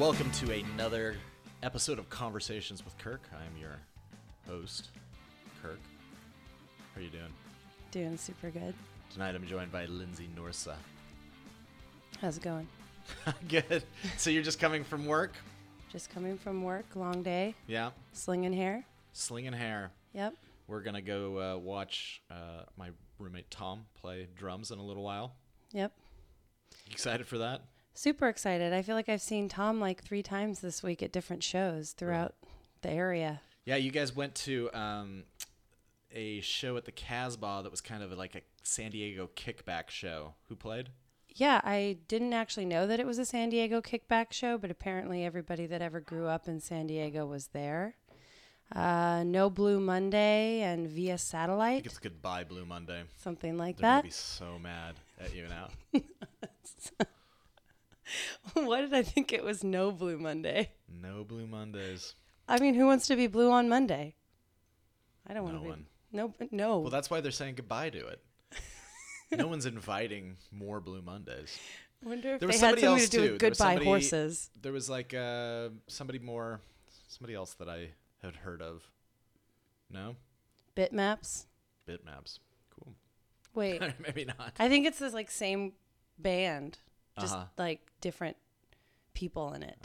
welcome to another episode of Conversations with Kirk. I'm your host, Kirk. How are you doing? Doing super good. Tonight I'm joined by Lindsay Norsa. How's it going? Good. So you're just coming from work? Just coming from work, long day, Yeah. slinging hair. Slinging hair. Yep. We're going to go uh, watch uh, my roommate Tom play drums in a little while. Yep. You excited for that? Super excited. I feel like I've seen Tom like three times this week at different shows throughout the area. Yeah, you guys went to um, a show at the Casbah that was kind of like a San Diego kickback show. Who played? Yeah, I didn't actually know that it was a San Diego kickback show, but apparently everybody that ever grew up in San Diego was there. Uh, no Blue Monday and via I think satellite, it's Goodbye Blue Monday. something like They're gonna that. be so mad at you now. Why did I think it was No Blue Monday? No Blue Mondays. I mean, who wants to be blue on Monday? I don't want No to be. one. No, no. Well, that's why they're saying goodbye to it. No one's inviting more Blue Mondays. Wonder if there they was had somebody something else to do too. with There was goodbye somebody- horses. There was like uh, somebody more, somebody else that I had heard of. No, Bitmaps. bitmaps. Cool. Wait, Maybe not. I think it's this like same band, just Uh-huh. Uh. like different people in it.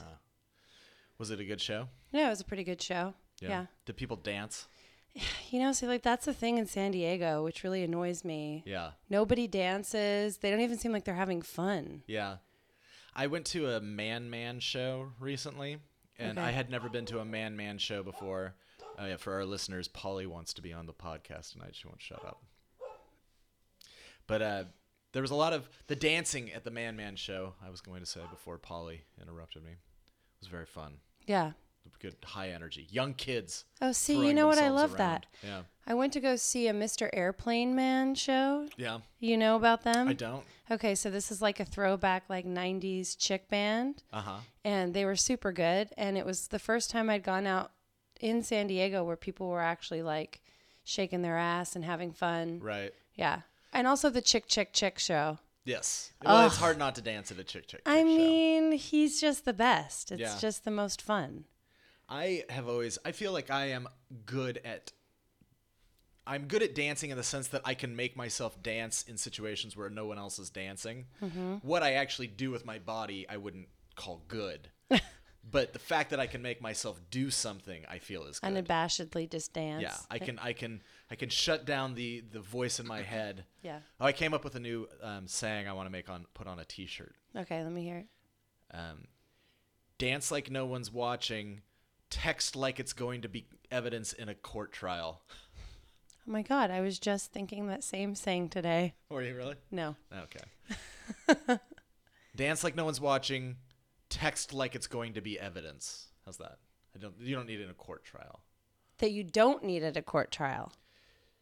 Was it a good show? No, it was a pretty good show. Yeah. Did people dance? You know, so like that's the thing in San Diego, which really annoys me. Yeah. Nobody dances. They don't even seem like they're having fun. Yeah. I went to a Man Man show recently, and Okay. I had never been to a Man Man show before. Oh, yeah, for our listeners, Polly wants to be on the podcast tonight. She won't shut up. But uh, there was a lot of the dancing at the Man Man show, I was going to say before Polly interrupted me. It was very fun. Yeah. Good, high energy. Young kids. Oh, see, you throwing know what? I themselves love that. around. I went to go see a Mr. Airplane Man show. Yeah. Yeah. You know about them? I don't. Okay, so this is like a throwback, like 90s chick band, Uh huh. and they were super good. And it was the first time I'd gone out in San Diego where people were actually like shaking their ass and having fun. Right. Yeah. And also the Chick Chick Chick show. Yes. Well, it's hard not to dance at a chick chick. I Chick show. mean, he's just the best. It's Yeah. just the most fun. I have always I feel like I am good at I'm good at dancing in the sense that I can make myself dance in situations where no one else is dancing. What I actually do with my body, I wouldn't call good. but the fact that I can make myself do something, I feel is good. Unabashedly just dance. yeah, I can I can I can shut down the the voice in my head. Yeah. Oh, I came up with a new um, saying I want to make on put on a t-shirt. Okay, let me hear it. Um, dance like no one's watching, text like it's going to be evidence in a court trial. Oh my God, I was just thinking that same saying today. Were you really? No. Okay. dance like no one's watching, text like it's going to be evidence. How's that? I don't. You don't need it in a court trial. That you don't need at a court trial.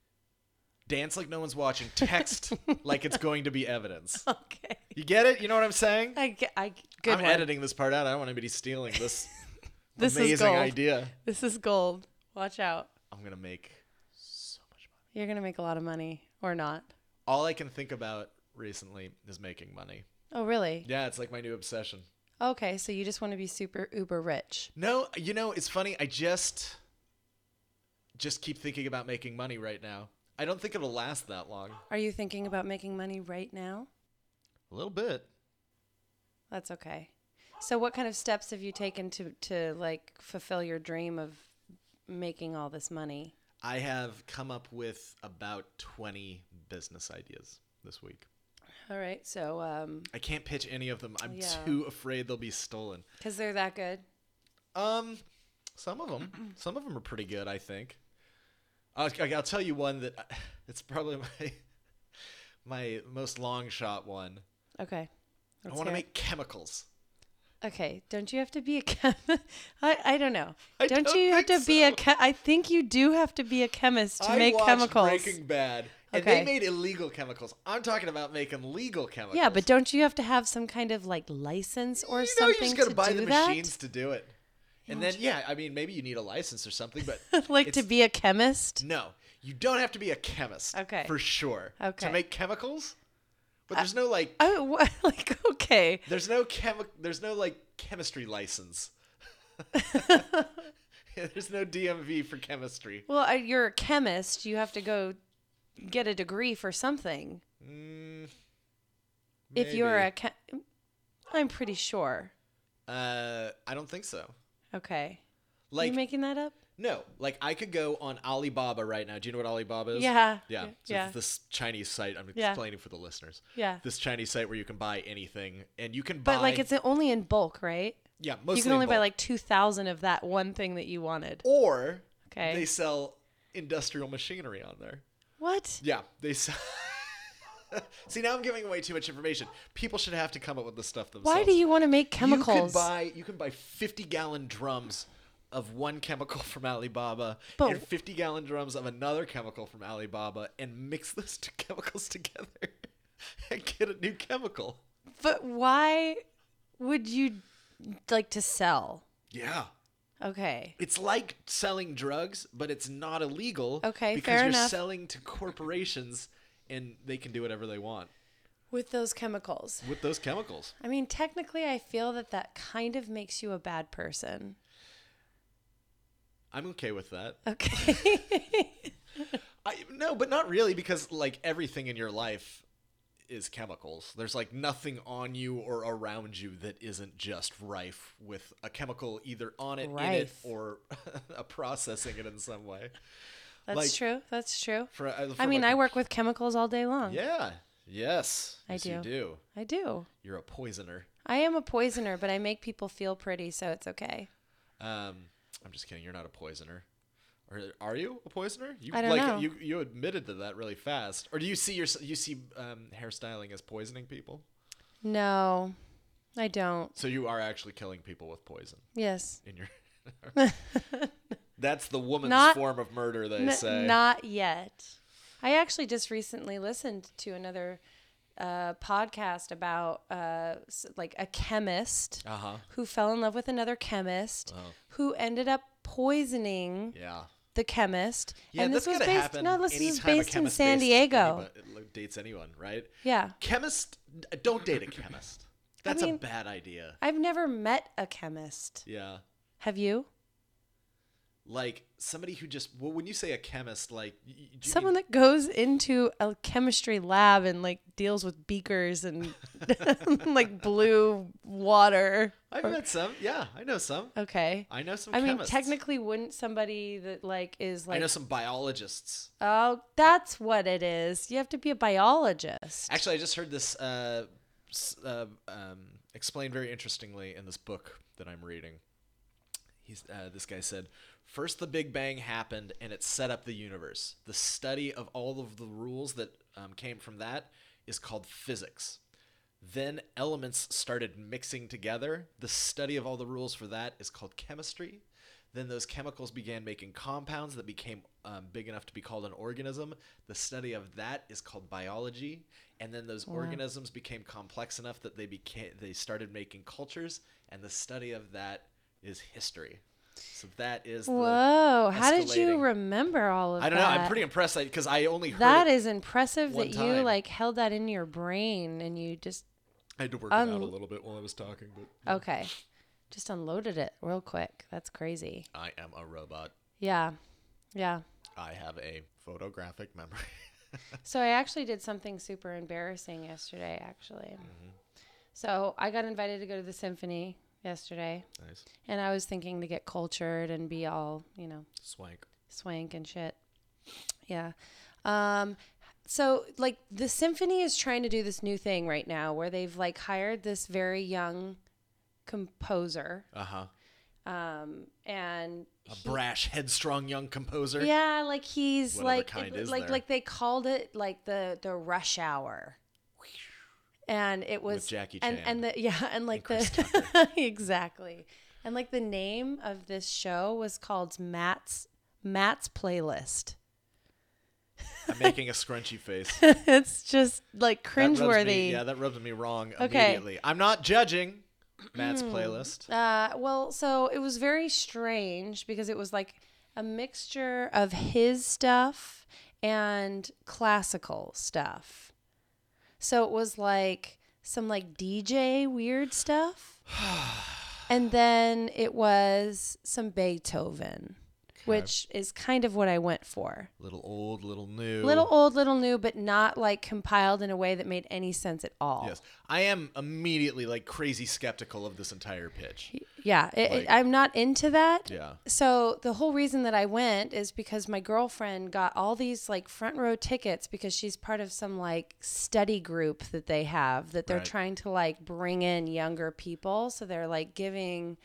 Dance like no one's watching, text like it's going to be evidence. Okay. You get it? You know what I'm saying? I, ge- I good I'm one. editing this part out. I don't want anybody stealing this, This is amazing gold. idea. This is gold. Watch out. I'm gonna make so much money. You're going to make a lot of money or not. All I can think about recently is making money. Oh, really? Yeah, it's like my new obsession. Okay, so you just want to be super uber rich. No, you know, it's funny. I just just keep thinking about making money right now. I don't think it'll last that long. Are you thinking about making money right now? A little bit. That's okay. So what kind of steps have you taken to to like fulfill your dream of making all this money? I have come up with about 20 business ideas this week. All right. So um I can't pitch any of them. I'm Yeah. too afraid they'll be stolen. cuz they're that good. Um some of them, some of them are pretty good, I think. I'll, I'll tell you one that it's probably my my most long shot one. Okay. I let's want to hear make chemicals. it. Okay, don't you have to be a chem- I I don't know. I don't, don't you have to think be a so. chem- I think you do have to be a chemist to I make watched chemicals. Breaking Bad, and they Okay. made illegal chemicals. I'm talking about making legal chemicals. Yeah, but don't you have to have some kind of like license or you know, you something just gotta to buy do the that? machines to do it. And then, yeah, I mean, maybe you need a license or something, but like to it's- be a chemist? no, you don't have to be a chemist. Okay. for sure. Okay. to make chemicals, But there's no like I what, Oh, like okay. there's no chemi- there's no like chemistry license. there's no DMV for chemistry. Well, I, you're a chemist. You have to go get a degree for something. Mm, If you're a maybe. chem- I'm pretty sure. uh I don't think so. Okay. Like you making that up? no, like I could go on Alibaba right now. Do you know what Alibaba is? Yeah. Yeah. Yeah. So Yeah. it's this Chinese site I'm Yeah. explaining for the listeners. Yeah. This Chinese site where you can buy anything and you can buy But like it's only in bulk, right? yeah, mostly you can only in buy bulk. like 2000 of that one thing that you wanted. or Okay. they sell industrial machinery on there. What? Yeah, they sell. See, now I'm giving away too much information. People should have to come up with the stuff themselves. Why do you want to make You could chemicals? buy you can buy 50 gallon drums of one chemical from Alibaba But- and 50 gallon drums of another chemical from Alibaba and mix those two chemicals together and get a new chemical. but why would you like to sell? Yeah. Okay. It's like selling drugs, but it's not illegal Okay, because fair you're enough. selling to corporations and they can do whatever they want With those chemicals. with those chemicals. I mean, technically, I feel that that kind of makes you a bad person. I'm okay with that. Okay. I no, but not really because like everything in your life is chemicals. There's like nothing on you or around you that isn't just rife with a chemical either on it, in it, Rife. or a processing it in some way. That's Like- true. That's true. For, uh, I from mean, a- I work with chemicals all day long. Yeah. Yes. I yes, You do. do. I do. You're a poisoner. I am a poisoner, but I make people feel pretty, so it's okay. Um, I'm just kidding. You're not a poisoner. Or are you a poisoner? You I don't like know. you you admitted to that really fast. Or do you see your you see um, hairstyling as poisoning people? No, I don't. So you are actually killing people with poison. Yes. in your that's the woman's Not- form of murder they N- say not yet. I actually just recently listened to another uh, podcast about uh, s- like a chemist uh-huh who fell in love with another chemist who ended up poisoning Oh. yeah the chemist. yeah and this that's was gonna based happen no, this anytime is based a in chemist San dates Diego. anybody- like, dates anyone right Yeah. chemist don't date a chemist that's a mean- bad idea I've never met a chemist. yeah Have you? like somebody who just well when you say a chemist like y- y- do you Someone mean- that goes into a chemistry lab and like deals with beakers and like blue water. i've met some yeah i know some Okay. i know some I mean, chemists. technically, wouldn't somebody that like is i like, know some biologists oh, that's what it is. You have to be a biologist. Actually, I just heard this uh, s- uh, um, explained very interestingly in this book that I'm reading. He's, uh, this guy said, First, the Big Bang happened and it set up the universe. The study of all of the rules that um, came from that is called physics. Then elements started mixing together. The study of all the rules for that is called chemistry. Then those chemicals began making compounds that became um, big enough to be called an organism. The study of that is called biology. And then those organisms became complex enough that they became they started making cultures. And the study of that is history. So that is. The, Whoa. How did you escalating. remember all of that? I don't know. I'm pretty impressed because I only heard That it- is impressive one that you time. like held that in your brain and you just I had to work it out un- a little bit while I was talking, but okay, just unloaded it real quick. That's crazy. I am a robot. Yeah, yeah. I have a photographic memory. So I actually did something super embarrassing yesterday. Actually, Mm-hmm. so I got invited to go to the symphony yesterday, nice. and I was thinking to get cultured and be all you know Swank. swank and shit. Yeah. Um, so like the symphony is trying to do this new thing right now where they've like hired this very young composer Uh huh. um and A brash, headstrong young composer. yeah like he's Whatever like kind it- is like there. like they called it like the the rush hour and it was Jackie Chan. and, and the yeah and like Chris the exactly and like the name of this show was called matt's matt's playlist I'm making a scrunchy face. it's just like That rubs me- cringeworthy. yeah, that rubs me wrong Okay. Hmm. immediately. I'm not judging Matt's playlist. Uh, well, so it was very strange because it was like a mixture of his stuff and classical stuff. So it was like some like DJ weird stuff. and then it was some Beethoven, which is kind of what I went for. Little old, little new. Little old, little new, but not like compiled in a way that made any sense at all. Yes. I am immediately like crazy skeptical of this entire pitch. Yeah, it, Like- it, I'm not into that. Yeah. So the whole reason that I went is because my girlfriend got all these like front row tickets because she's part of some like study group that they have that they're Right. trying to like bring in younger people. So they're like giving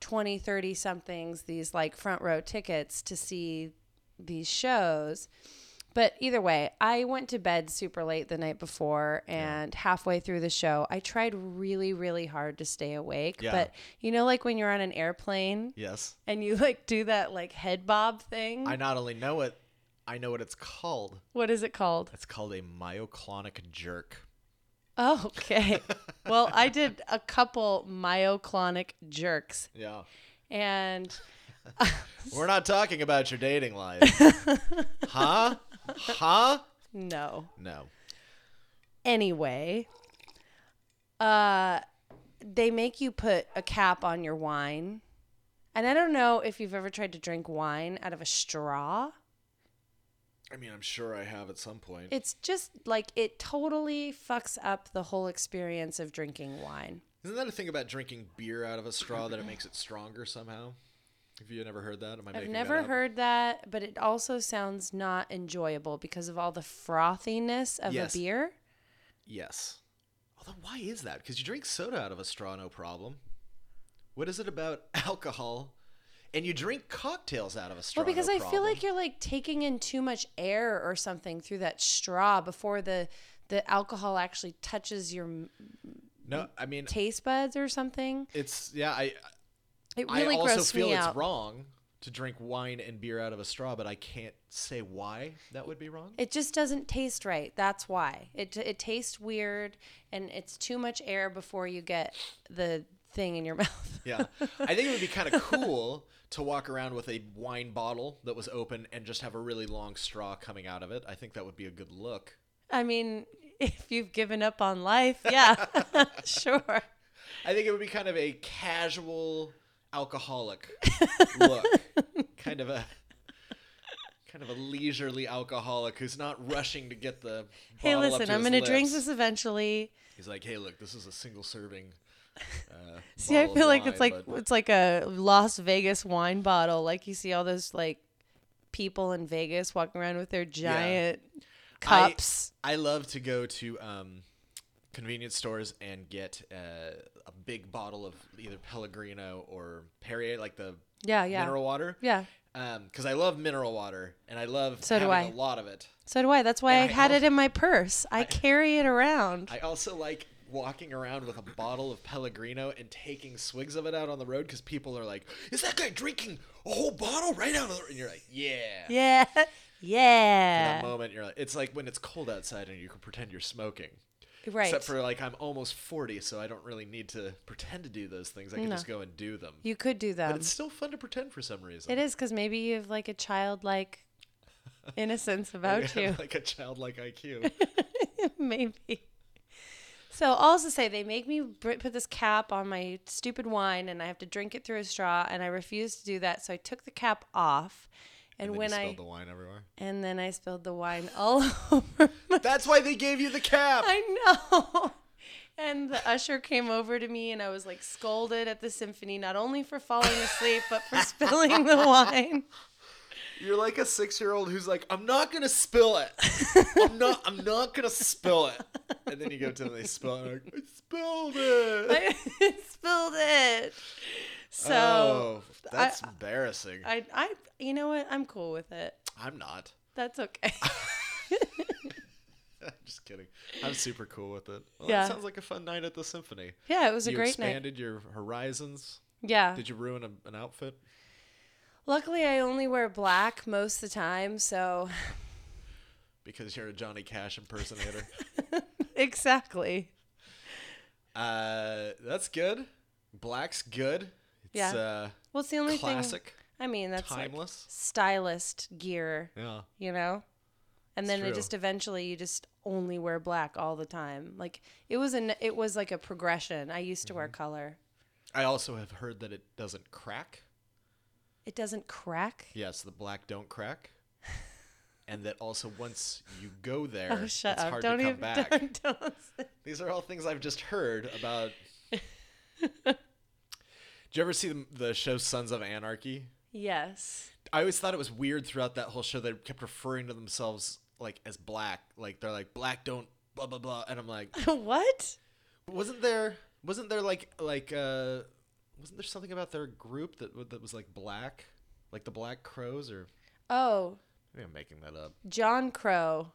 20, 30 somethings these like front row tickets to see these shows. But either way, I went to bed super late the night before and halfway through the show, I tried really, really hard to stay awake. Yeah. But you know, like when you're on an airplane Yes. and you like do that like head bob thing? I not only know it, I know what it's called. what is it called? It's called a myoclonic jerk. Oh, okay. well, I did a couple myoclonic jerks Yeah. and We're not talking about your dating life. huh? Huh? no. No. Anyway, uh they make you put a cap on your wine. And I don't know if you've ever tried to drink wine out of a straw. I mean, I'm sure I have at some point. It's just like it totally fucks up the whole experience of drinking wine. Isn't that a thing about drinking beer out of a straw that it makes it stronger somehow? Have you never heard that? Am I I've making never that up? heard that, but it also sounds not enjoyable because of all the frothiness of Yes. a beer. Yes. Although, why is that? Because you drink soda out of a straw, no problem. What is it about alcohol? And you drink cocktails out of a straw. Well, because no I feel problem. like you're like taking in too much air or something through that straw before the the alcohol actually touches your m- no. I mean, taste buds or something. it's yeah. I It really I also grossed feel me it's out. wrong to drink wine and beer out of a straw, but I can't say why that would be wrong. It just doesn't taste right. That's why it it tastes weird, and it's too much air before you get the thing in your mouth. Yeah, I think it would be kind of cool to walk around with a wine bottle that was open and just have a really long straw coming out of it. I think that would be a good look. I mean, if you've given up on life, yeah, sure. I think it would be kind of a casual alcoholic look, kind of a kind of a leisurely alcoholic who's not rushing to get the. Hey, bottle up listen, to I'm his going to drink lips. this eventually. He's like, hey, look, this is a single serving. Uh, See, I bottle of feel like it's wine, like but- it's like a Las Vegas wine bottle. Like you see all those like people in Vegas walking around with their giant I- cups. I love to go to um, convenience stores and get uh, a big bottle of either Pellegrino or Perrier, like the yeah, yeah. mineral water. Yeah. Because I love mineral water and I love So do having I. a lot of it. So do I. That's why I, And I had it also- in my purse. I, carry it around. I also like walking around with a bottle of Pellegrino and taking swigs of it out on the road because people are like, "Is that guy drinking a whole bottle right out of?" The-? And you're like, "Yeah." yeah. At that Yeah. moment, you're like, it's like when it's cold outside and you can pretend you're smoking. Right. Except for like I'm almost 40, so I don't really need to pretend to do those things. I can No. just go and do them. you could do But them. it's still fun to pretend for some reason. It is because maybe you have like a childlike innocence about you. like a childlike IQ. Maybe. So, all to say, they make me br- put this cap on my stupid wine and I have to drink it through a straw, and I refuse to do that. So, I took the cap off, And and, then you when I. spilled the wine everywhere. and then I spilled the wine all over. My- That's why they gave you the cap. I know. And the usher came over to me, and I was like scolded at the symphony, not only for falling asleep, but for spilling the wine. You're like a six year old who's like, I'm not gonna spill it. I'm not. I'm not gonna spill it. And then you go to them, they spill it. And like, I spilled it. I spilled it. So. oh, that's embarrassing. I, I, I, you know what? I'm cool with it. am not. That's okay. Just kidding. I'm super cool with it. Well, Yeah. That sounds like a fun night at the symphony. yeah, it was a you great night. Uh. expanded your horizons. Yeah. Did you ruin a, an outfit? Luckily, I only wear black most of the time, so Because you're a Johnny Cash impersonator. exactly. uh, that's good. Black's good. It's Yeah. uh, Well, it's the only thing. classic, I mean, that's like timeless. stylist gear, yeah. you know. And It's then it true. just eventually you just only wear black all the time. Like it was an it was like a progression. I used to wear Mm-hmm. color. I also have heard that it doesn't crack. It doesn't crack. Yes, the black don't crack. And that also once you go there, Oh, shut it's up! hard Don't to come even. back. Don't, don't. say- These are all things I've just heard about. Did you ever see the, the show Sons of Anarchy? Yes. I always thought it was weird throughout that whole show. They kept referring to themselves like as black. Like they're like black don't blah blah blah. And I'm like, what? wasn't there wasn't there like like uh wasn't there something about their group that that was like black, like the Black Crows or Oh, maybe I'm making that up. John Crow.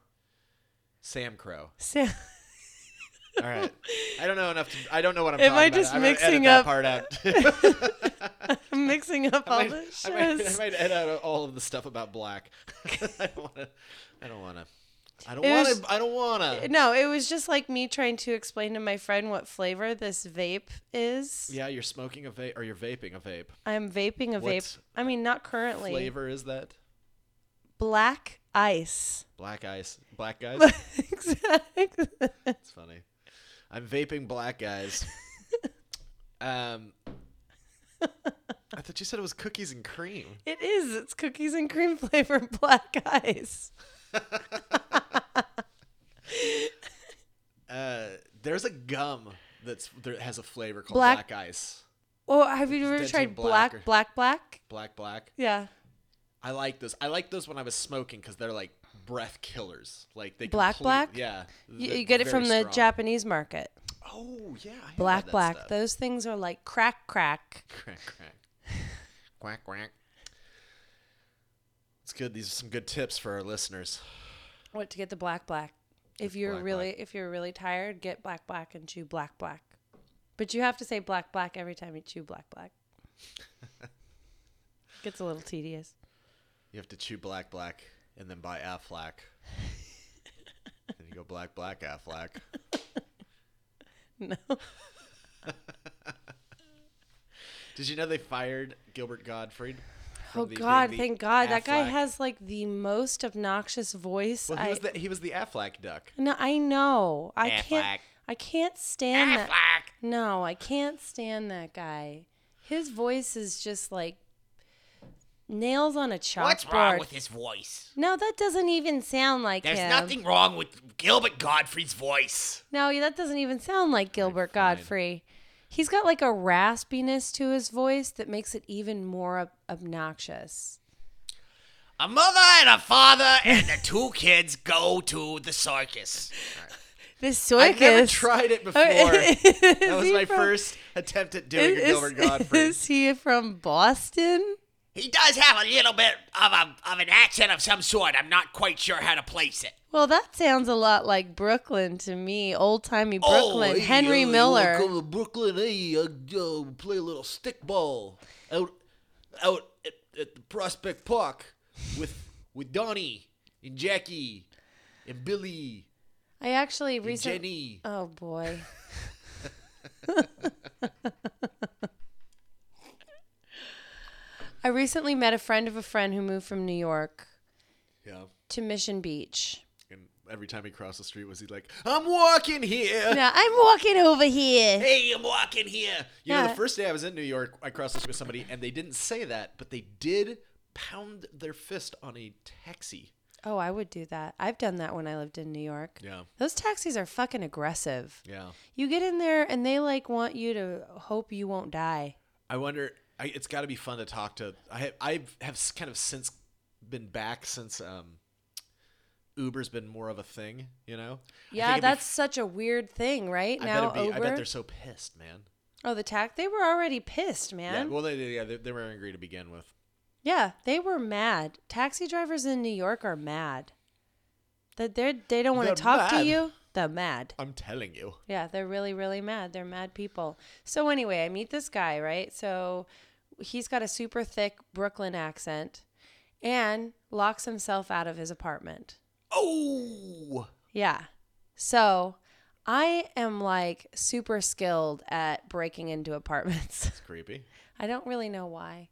Sam Crow. Sam. All right. I don't know enough. To, I don't know what I'm. Am talking I about. just I'm gonna mixing edit up- that part out? I'm mixing up all I the might, shows. I might, I might edit out all of the stuff about black. I don't want to. I don't want to. I don't It want was- to. I don't want to. No, it was just like me trying to explain to my friend what flavor this vape is. Yeah, you're smoking a vape, or you're vaping a vape. I'm vaping a What's vape. I mean, not currently. Flavor is that Black ice. black ice, black guys. exactly. It's funny. I'm vaping black guys. Um, I thought you said it was cookies and cream. It is. It's cookies and cream flavor black ice. Uh, there's a gum that's that has a flavor called Black- black ice. Oh, have you It's ever dense tried and black black, or- black, black? Black, black. Yeah. I like those. I like those when I was smoking because they're like breath killers. Like they Black, complete- black? Yeah, You, they're you get it very from the strong. Japanese market. Oh yeah, I have had Black, that black. stuff. Those things are like crack, crack. Crack crack, quack quack. It's good. These are some good tips for our listeners. What to get the black, black? If you're black, really, if you're really tired, get black, black and chew black, black. But you have to say black, black every time you chew black, black. Gets a little tedious. You have to chew black black and then buy Aflac. then you go black black Aflac. No. Did you know they fired Gilbert Gottfried? from Oh the- being God! the Thank God that guy Affleck- has like the most obnoxious voice. Well, he I, was the he was the Aflac duck. No, I know. I Affleck. can't. I can't stand that. No, I can't stand that guy. His voice is just like nails on a chalkboard. What's wrong with his voice? no, that doesn't even sound like There's him. nothing wrong with Gilbert Gottfried's voice. No, that doesn't even sound like Gilbert fine. Godfrey. He's got like a raspiness to his voice that makes it even more ob- obnoxious. A mother and a father and the two kids go to the circus. This I've never circus. tried it before. Oh, that is was he my from- first attempt at doing a Gilbert Gottfried. Is he from Boston? He does have a little bit of, a, of an accent of some sort. I'm not quite sure how to place it. Well, that sounds a lot like Brooklyn to me. Old timey Oh, Brooklyn. hey, Henry uh, you Miller. wanna Come to Brooklyn, hey, uh, uh, play a little stickball out, out at, at the Prospect Park with with Donnie and Jackie and Billy I actually and Jenny. recently. Oh boy. I recently met a friend of a friend who moved from New York Yeah. to Mission Beach. And every time he crossed the street, was he like, "I'm walking here." Now I'm walking over here. Hey, I'm walking here. You know, Yeah. the first day I was in New York, I crossed the street with somebody, and they didn't say that, but they did pound their fist on a taxi. Oh, I would do that. I've done that when I lived in New York. Yeah. Those taxis are fucking aggressive. Yeah. You get in there and they like want you to hope you won't die. I wonder. I, it's got to be fun to talk to. I have, I have s- kind of since been back since um, Uber's been more of a thing. You know. I think Yeah, it'd be that's such a weird thing, right? I bet, now it'd be, I Uber- bet they're so pissed, man. oh, the tax. They were already pissed, Yeah, man. Yeah, well, they, they- yeah, they, they were angry to begin with. they were mad. Taxi drivers in New York are mad. That they they don't want They're to talk to mad. you. They're mad. I'm telling you. Yeah, they're really really mad. They're mad people. So anyway, I meet this guy, right? So he's got a super thick Brooklyn accent, and locks himself out of his apartment. Oh, Yeah. So I am like super skilled at breaking into apartments. it's creepy. I don't really know why.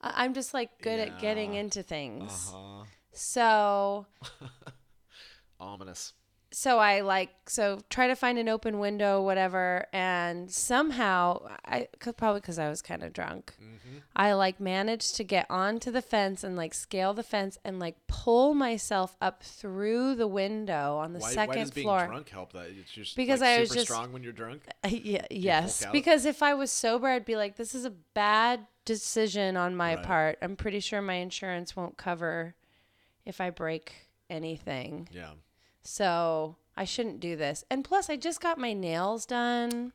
I- I'm just like good at getting Yeah. into things. Uh huh. So Ominous. so I like so try to find an open window, whatever, and somehow I could probably because I was kind of drunk. Mm-hmm. I like managed to get onto the fence and like scale the fence and like pull myself up through the window on the Why, second why does being floor. drunk help that? It's just Because like, I super was just- strong when you're drunk. yeah, yes, out? because if I was sober, I'd be like, this is a bad decision on my Right. part. I'm pretty sure my insurance won't cover if I break anything. Yeah. So I shouldn't do this. And plus, I just got my nails done.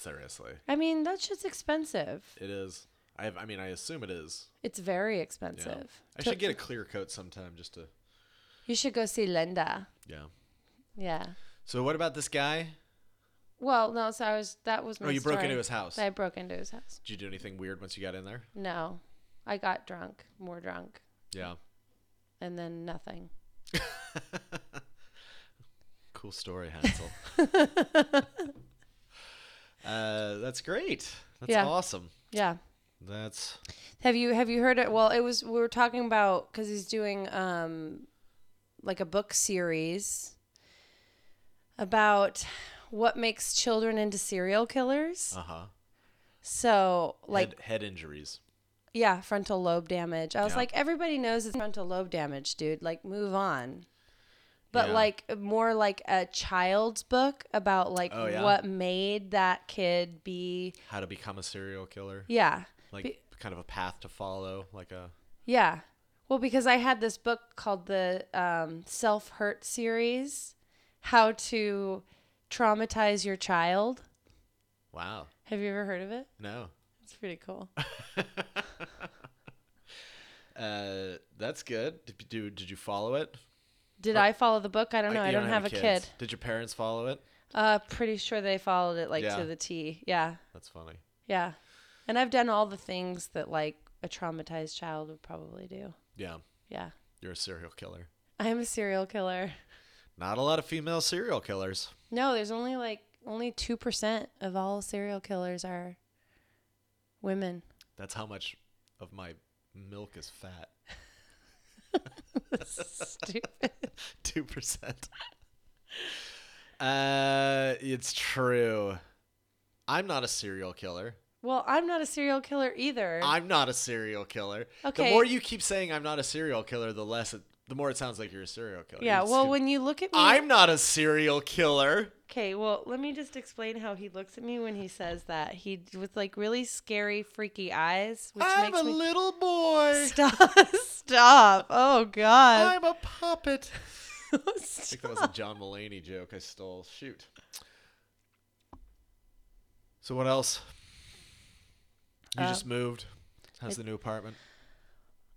Seriously, I mean, that shit's expensive. it is. I have, I mean, I assume it is. It's very Yeah. expensive. I should get a clear coat sometime just to. You should go see Linda. Yeah. Yeah. So what about this guy? Well, no, so I was, that was my Oh, you broke story. into his house. I broke into his house. Did you do anything weird once you got in there? No, I got drunk, more drunk, Yeah. and then nothing. Cool story, Hansel. uh, that's great. That's Yeah. awesome. Yeah. That's Have you have you heard it? Well, it was we were talking about because he's doing um, like a book series about what makes children into serial killers. uh huh. So like head, head injuries. yeah, frontal lobe damage. I was Yeah. like, everybody knows it's frontal lobe damage, dude. Like move on. But Yeah. like more like a child's book about like Oh, yeah? what made that kid be How to become a serial killer. yeah Like Be- kind of a path to follow. Like a Yeah. Well, because I had this book called the um, Self Hurt Series How to Traumatize Your Child. wow. Have you ever heard of it? No. It's pretty cool. Uh, that's good. Did, do did you follow it? Did I follow the book? I don't know. you I don't, have, a kids. kid. Did your parents follow it? Uh, pretty sure they followed it like Yeah. to the T. Yeah. That's funny. Yeah. And I've done all the things that like a traumatized child would probably do. Yeah. Yeah. You're a serial killer. I'm a serial killer. Not a lot of female serial killers. No, there's only like only 2% of all serial killers are women. That's how much of my milk is fat. Stupid. Two percent. Uh, it's true. I'm not a serial killer. Well, I'm not a serial killer either. I'm not a serial killer. The Okay. more you keep saying I'm not a serial killer, the less it, the more it sounds like you're a serial killer. yeah, You well, stu- when you look at me. I'm not a serial killer. okay, well, let me just explain how he looks at me when he says that. He, with like really scary, freaky eyes, which I'm makes a me. little boy. Stop. Stop. Oh, God. I'm a puppet. I Stop. think that was a John Mulaney joke I stole. Shoot. So what else? You Uh, just moved. How's the new apartment?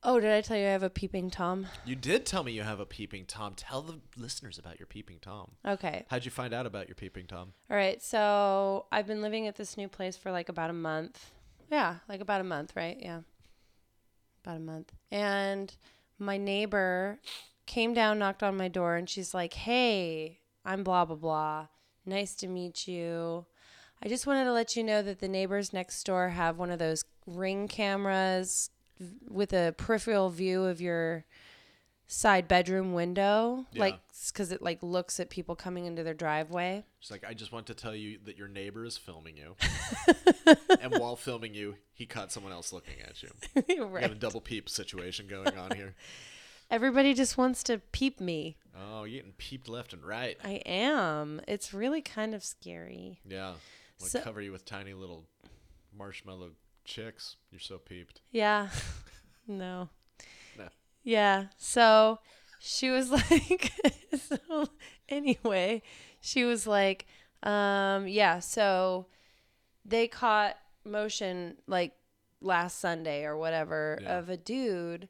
Oh, did I tell you I have a peeping Tom? You did tell me you have a peeping tom. Tell the listeners about your peeping tom. Okay. How'd you find out about your peeping tom? All right. So I've been living at this new place for like about a month. Yeah, like about a month, right? Yeah. About a month. And my neighbor came down, knocked on my door, and she's like, Hey, I'm blah, blah, blah. Nice to meet you. I just wanted to let you know that the neighbors next door have one of those ring cameras v- with a peripheral view of your side bedroom window, Yeah. like, because it like looks at people coming into their driveway. She's like, I just want to tell you that your neighbor is filming you, and while filming you, he caught someone else looking at you. You have a right. double peep situation going on here. Everybody just wants to peep me. Oh, you're getting peeped left and right. I am. It's really kind of scary. Yeah. Like So- cover you with tiny little marshmallow chicks. You're so peeped. Yeah. no. No. Yeah. So she was like, so anyway, she was like, um, yeah, so they caught motion like last Sunday or whatever Yeah. of a dude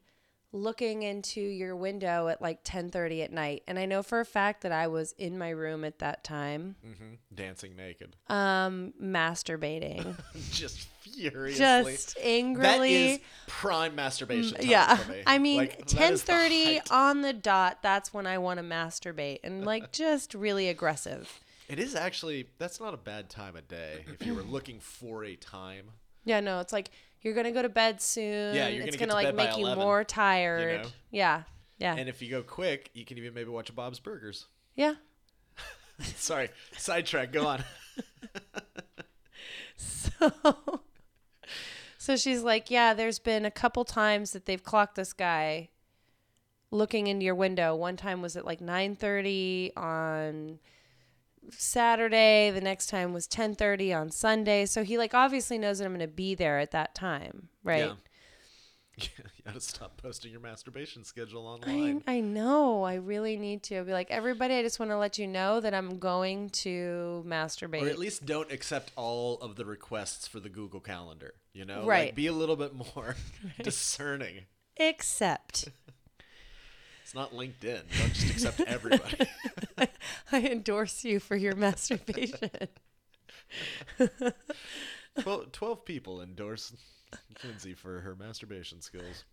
looking into your window at like 10:30 at night and I know for a fact that I was in my room at that time hmm Dancing naked. um masturbating just furiously. just that angrily is prime masturbation time yeah for me. i mean Like, that is the 10.30 height. on the dot that's when i want to masturbate and like just really aggressive It is actually that's not a bad time of day if you were looking for a time. yeah no it's like you're gonna go to bed soon Yeah, you're it's gonna get gonna to like bed by make you 11, more tired know? yeah yeah And if you go quick, you can even maybe watch a Bob's Burgers. yeah Sorry, sidetrack. Go on. So, so she's like, yeah, there's been a couple times that they've clocked this guy looking into your window. One time was at like 9:30 on Saturday, the next time was 10:30 on Sunday. So he like obviously knows that I'm going to be there at that time, right? Yeah, you gotta stop posting your masturbation schedule I, online. I know. I really need to. I'll be like, everybody, I just want to let you know that I'm going to masturbate. Or at least don't accept all of the requests for the Google Calendar. You know, Right. Like, be a little bit more discerning. Except It's not LinkedIn. Don't just accept everybody. I endorse you for your masturbation. 12, 12 people endorse Lindsay for her masturbation skills.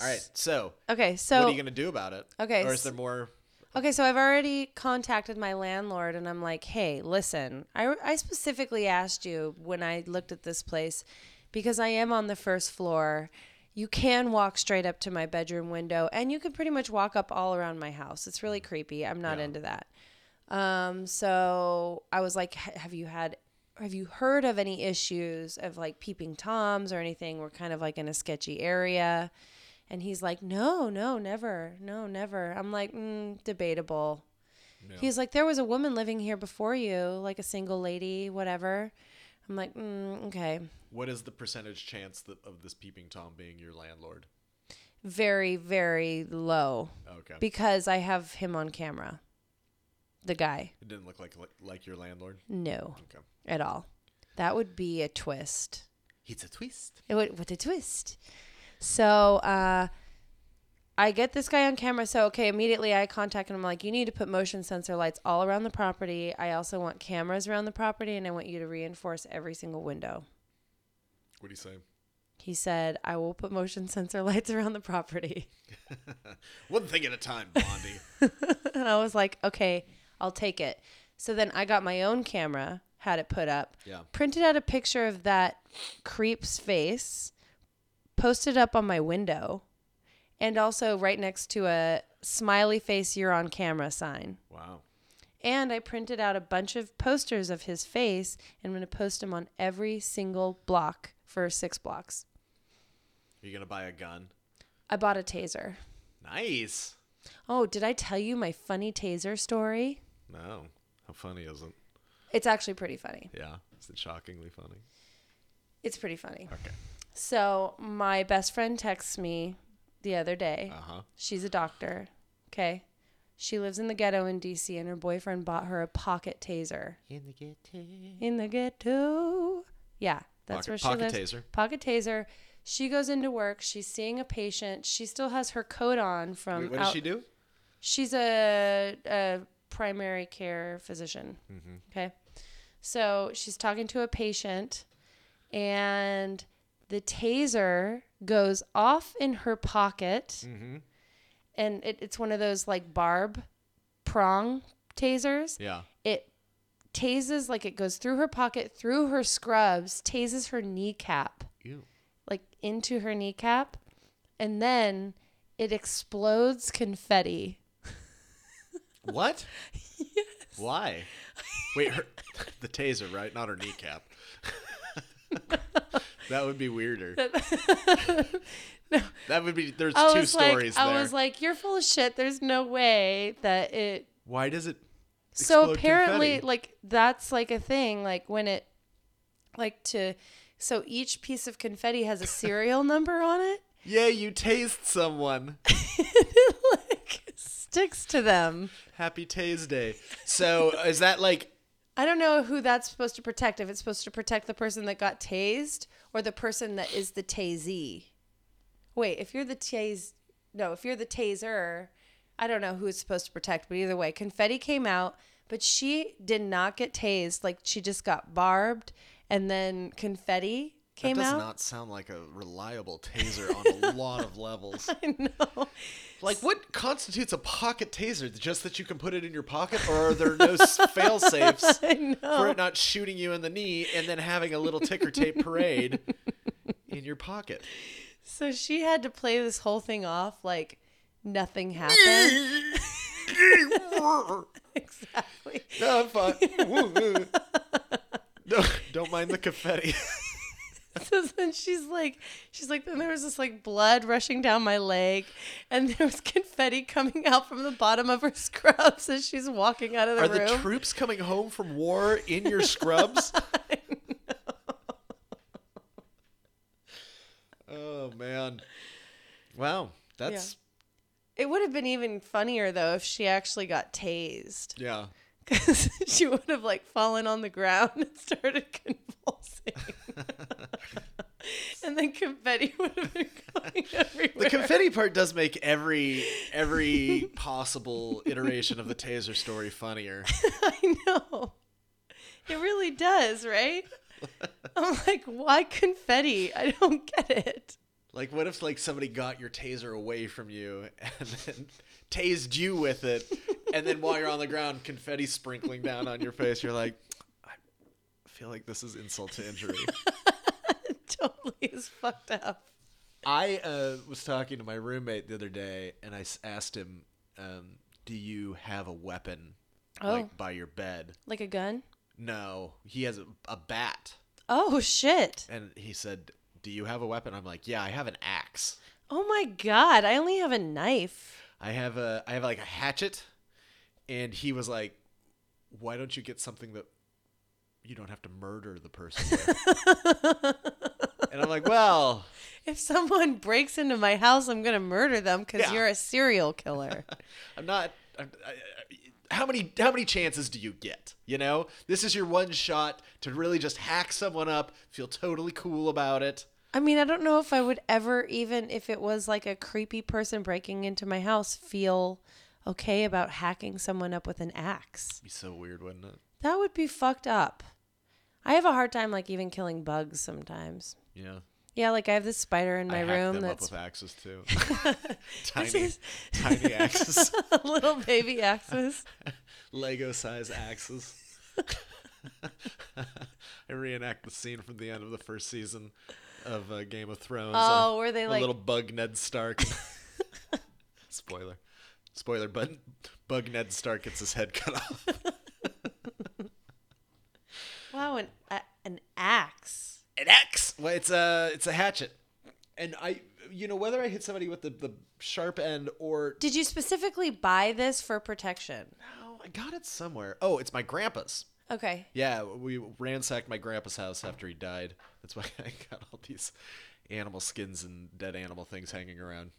All right, so, Okay, so what are you gonna do about it? Okay, Or is s- there more? Okay, so I've already contacted my landlord and I'm like, hey, listen, I, I specifically asked you when I looked at this place because I am on the first floor. You can walk straight up to my bedroom window and you can pretty much walk up all around my house. It's really creepy. I'm not into that. Um, so I was like, "Ha- have you had. Have you heard of any issues of like peeping toms or anything? We're kind of like in a sketchy area. And he's like, no, no, never, no, never. I'm like, mm, debatable. He's like, there was a woman living here before you, like a single lady, whatever. I'm like, mm, okay, What is the percentage chance that, of this peeping tom being your landlord? very, very low Okay, because I have him on camera. The guy, it didn't look like, like like your landlord. no, Okay, at all. That would be a twist. it's a twist. It would, what a twist. So uh, I get this guy on camera. So, okay, immediately I contact him. I'm like, you need to put motion sensor lights all around the property. I also want cameras around the property, and I want you to reinforce every single window. What do you say? He said, I will put motion sensor lights around the property. One thing at a time, Blondie. And I was like, okay, I'll take it. So then I got my own camera, had it put up, Yeah. printed out a picture of that creep's face, posted up on my window, and also right next to a smiley face you're on camera sign. wow. And I printed out a bunch of posters of his face and I'm going to post them on every single block for six blocks. Are you gonna buy a gun? I bought a taser. Nice. Oh, did I tell you my funny taser story? No. How funny is it? It's actually pretty funny. Yeah. Is it shockingly funny? It's pretty funny. Okay. So my best friend texts me the other day. Uh-huh. She's a doctor. Okay. She lives in the ghetto in DC and her boyfriend bought her a pocket taser. In the ghetto. In the ghetto. Yeah, that's Pocket- where she pocket lives. taser. Pocket taser. She goes into work. She's seeing a patient. She still has her coat on from. Wait, what does Um, out- she do? She's a, a primary care physician. Okay. So she's talking to a patient, and the taser goes off in her pocket. And it, it's one of those like barb prong tasers. Yeah. It tases, like, it goes through her pocket, through her scrubs, tases her kneecap You. like into her kneecap and then it explodes confetti. What? Why? Wait, her, the taser, right? Not her kneecap. that would be weirder. That would be. There's I two was like stories I there. was like you're full of shit. There's no way that it Why does it? So explode apparently confetti? like that's like a thing like when it like to so each piece of confetti has a serial number on it. yeah, you taste someone. it like sticks to them. Happy Taze Day. So is that like? I don't know who that's supposed to protect. If it's supposed to protect the person that got tased or the person that is the tasee. Wait, if you're the tase, no, if you're the taser, I don't know who it's supposed to protect. But either way, confetti came out, but she did not get tased. Like she just got barbed, and then confetti That came does out. not sound like a reliable taser on a lot of levels. I know. Like, what constitutes a pocket taser? Just that you can put it in your pocket, or are there no s- fail safes for it not shooting you in the knee and then having a little ticker tape parade in your pocket? So she had to play this whole thing off like nothing happened. exactly. No, I'm fine. Woo-hoo. no, don't mind the confetti. So then she's like, she's like, then there was this like blood rushing down my leg, and there was confetti coming out from the bottom of her scrubs as she's walking out of the Are room. the troops coming home from war in your scrubs? oh man. Wow. That's it would have been even funnier though if she actually got tased, yeah. because she would have like fallen on the ground and started convulsing, and then confetti would have been going everywhere. The confetti part does make every every possible iteration of the taser story funnier. I know. It really does, right? I'm like, why confetti? I don't get it. Like, what if like somebody got your taser away from you and then tased you with it, and then while you're on the ground, confetti sprinkling down on your face? You're like, I feel like this is insult to injury. It totally is fucked up. I uh, was talking to my roommate the other day, and I s- asked him, um, "Do you have a weapon Oh. like by your bed?" Like a gun? No, he has a, a bat, Oh shit. and he said, "Do you have a weapon?" I'm like, "Yeah, I have an axe." Oh my god, I only have a knife. I have a I have like a hatchet, and he was like, "Why don't you get something that you don't have to murder the person?" with?" and I'm like, "Well, If someone breaks into my house, I'm gonna murder them because Yeah. you're a serial killer. I'm not. I'm, I, I, how many how many chances do you get? You know, this is your one shot to really just hack someone up, feel totally cool about it. I mean, I don't know if I would ever, even if it was like a creepy person breaking into my house, feel okay about hacking someone up with an axe. Be so weird, wouldn't it? That would be fucked up. I have a hard time like even killing bugs sometimes. Yeah." Yeah, like I have this spider in I my hack room them that's up with axes too. This tiny, is- tiny axes, a little baby axes. Lego size axes. I reenact the scene from the end of the first season of uh, Game of Thrones. Oh, uh, were they a like- little bug Ned Stark? Spoiler, spoiler, but bug Ned Stark gets his head cut off. Wow, an a, an axe. An axe. Well, it's a it's a hatchet, and I, you know, whether I hit somebody with the the sharp end or Did you specifically buy this for protection? no, I got it somewhere. Oh, it's my grandpa's. Okay. Yeah, we ransacked my grandpa's house after he died. That's why I got all these animal skins and dead animal things hanging around.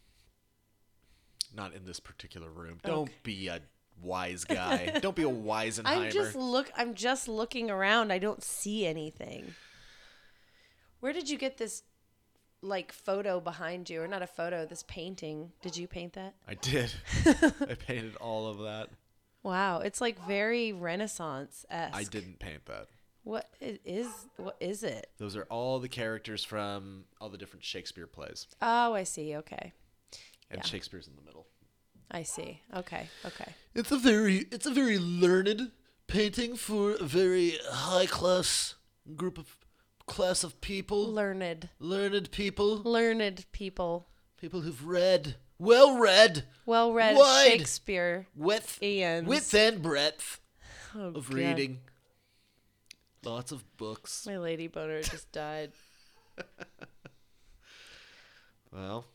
Not in this particular room. Don't be a wise guy. Don't be a wisenheimer. I'm just look I'm just looking around. I don't see anything. Where did you get this like photo behind you or not a photo, this painting? Did you paint that? I did. I painted all of that. Wow, it's like very renaissance-esque. I didn't paint that. What i- is what is it? Those are all the characters from all the different Shakespeare plays. Oh, I see. Okay. And Yeah. Shakespeare's in the middle. I see. Okay. Okay. It's a very it's a very learned painting for a very high class group of class of people. Learned. learned people. Learned people. People who've read well read Well read Wide. Shakespeare. width Ian's. width and breadth Oh, of God. reading. Lots of books. My lady boner just died. Well,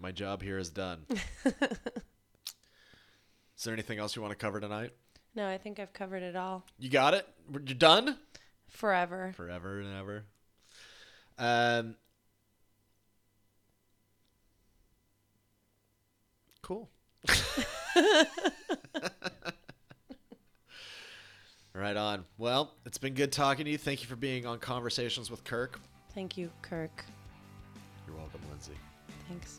my job here is done. is there anything else you want to cover tonight? No, I think I've covered it all You got it? You're done? forever. Forever and ever. Um, cool. right on. Well, it's been good talking to you. Thank you for being on Conversations with Kirk. Thank you, Kirk. You're welcome, Lindsay. Thanks.